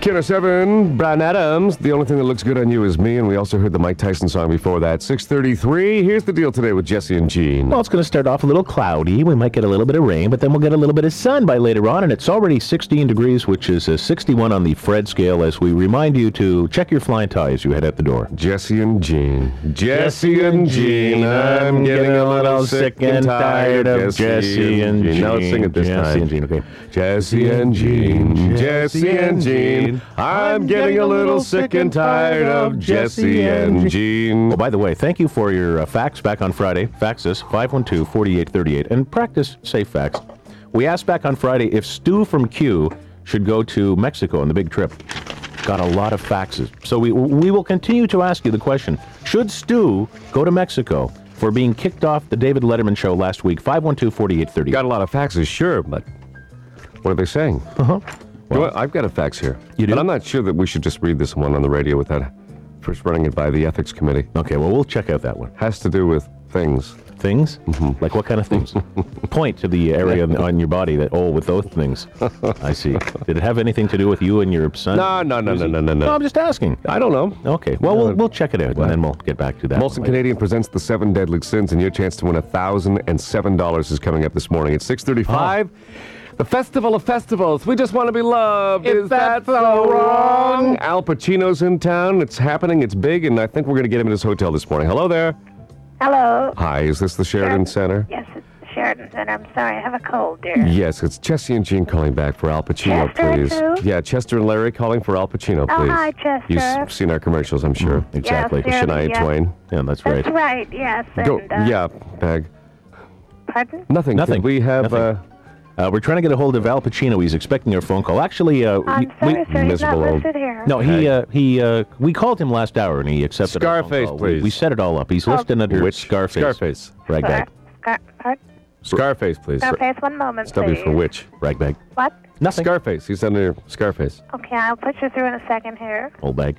Kira 7, Brian Adams. The only thing that looks good on you is me, and we also heard the Mike Tyson song before that. 633. Here's the deal today with Jesse and Gene. Well, it's going to start off a little cloudy. We might get a little bit of rain, but then we'll get a little bit of sun by later on. And it's already 16 degrees, which is a 61 on the Fred scale, as we remind you to check your flying tie as you head out the door. Jesse and Gene. Jesse and Gene. I'm getting a little sick and tired of Jesse and Gene. Now let's sing it this Jesse time. and Gene, okay. Jesse and Gene, Jesse and Gene. I'm getting a little sick and tired of Jesse and Gene. Oh, by the way, thank you for your uh, fax back on Friday. Fax us 512-4838 and practice safe fax. We asked back on Friday if Stu from Q should go to Mexico on the big trip. Got a lot of faxes. So we we will continue to ask you the question, should Stu go to Mexico for being kicked off the David Letterman show last week? 512-4838. Got a lot of faxes, sure, but what are they saying? Uh-huh. I've got a fax here. You do? But I'm not sure that we should just read this one on the radio without first running it by the ethics committee. okay, well we'll check out that one. Has to do with things. Things? Like what kind of things? Point to the area on- on your body that, oh, with those things. I see. Did it have anything to do with you and your son? No, no, no, no, no, no, No, no. I'm just asking. I don't know. Okay. Well, we'll, we'll check it out and then we'll get back to that. one Molson later. Canadian presents the seven deadly sins, and your chance to win $1,007 is coming up this morning at 635. Oh. The Festival of Festivals. We just want to be loved. If is that that's so wrong? Al Pacino's in town. It's happening. It's big, and I think we're going to get him in his hotel this morning. Hello there. Hello. Hi, is this the Sheridan Center? Yes, it's Sheridan, and I'm sorry, I have a cold, dear. Yes, it's Jesse and Jean calling back for Al Pacino, Chester, please. too? Yeah, Chester and Larry calling for Al Pacino, Oh, please. hi, Chester. Mm-hmm. You've s- seen our commercials, I'm sure. Exactly. Yes, Shania yeah. Twain. Yeah, that's right. That's right. Yes. And, Go, uh, yeah, bag. Pardon? Nothing. Nothing. Could we have Nothing. uh, Uh, we're trying to get a hold of Al Pacino. He's expecting our phone call. Actually, uh, I'm sorry, we, sir. He's not miserable old- listed here. no, he uh, he uh, we called him last hour and he accepted. our phone Scarface, call. We- We, please. set it all up. He's listed under which Scarface. Scarface. Ragbag. Scar- Scar- pardon? Scarface, please. Scarface, one moment, Stubby please. for which? Ragbag. What? Nothing. Scarface. He's under Scarface. Okay, I'll put you through in a second here. Old bag.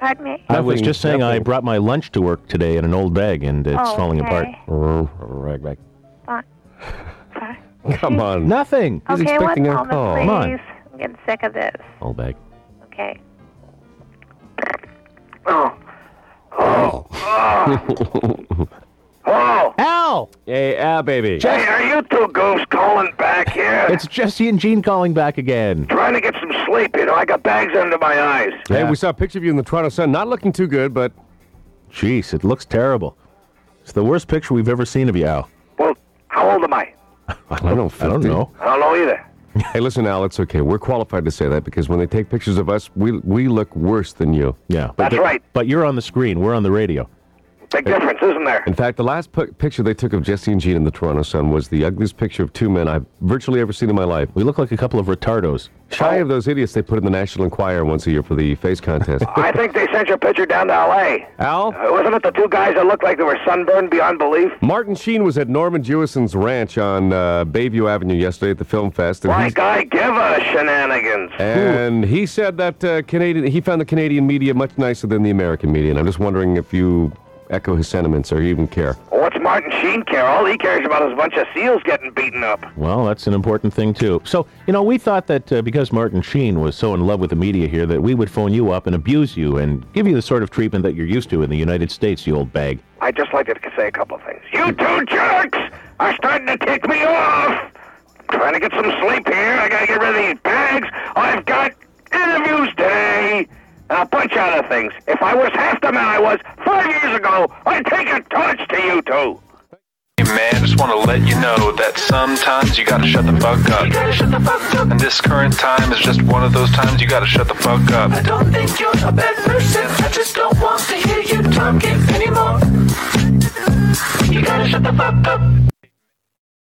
Pardon me? I was Nothing, just saying I nothing. brought my lunch to work today in an old bag and it's Oh, falling apart. okay. Ragbag. Fine. Fine. Come on. Nothing. He's okay, expecting Oh, one moment, our call. please. Come on. I'm getting sick of this. Old bag. Okay. Al, Hey, Al, baby. Oh, Hey, are you two goofs calling back here? it's Jesse and Gene calling back again. Trying to get some sleep, you know. I got bags under my eyes. Hey, Yeah. we saw a picture of you in the Toronto Sun. Not looking too good, but Jeez, it looks terrible. It's the worst picture we've ever seen of you, Al. Well, how old am I? I don't know. I don't 50. know. I don't know either. Hey, listen, Al, it's okay. We're qualified to say that because when they take pictures of us, we we look worse than you. Yeah, but That's the- right. But you're on the screen. We're on the radio. Big difference, isn't there? In fact, the last pu- picture they took of Jesse and Jean in the Toronto Sun was the ugliest picture of two men I've virtually ever seen in my life. We look like a couple of retardos. Shy of those idiots they put in the National Enquirer once a year for the face contest. I think they sent your picture down to L.A. Al, Uh, wasn't it the two guys that looked like they were sunburned beyond belief? Martin Sheen was at Norman Jewison's ranch on uh, Bayview Avenue yesterday at the film fest, and, My he's- guy, give us shenanigans. Uh, and he said that uh, Canadian he found the Canadian media much nicer than the American media. And I'm just wondering if you echo his sentiments or even care. What's Martin Sheen care? All he cares about is a bunch of seals getting beaten up. Well, that's an important thing too. So, you know, we thought that uh, because Martin Sheen was so in love with the media here, that we would phone you up and abuse you and give you the sort of treatment that you're used to in the United States, you old bag. I'd just like to say a couple of things. You two jerks are starting to kick me off. Trying to get some sleep here. I gotta get rid of these bags. I've got interviews today and a bunch of other things. If I was half the man I was five years ago, I'd take a torch to you two. Hey man, just want to let you know that sometimes you gotta shut the fuck up. You gotta shut the fuck up. And this current time is just one of those times you gotta shut the fuck up. I don't think you're a bad person. I just don't want to hear you talking anymore. You gotta shut the fuck up.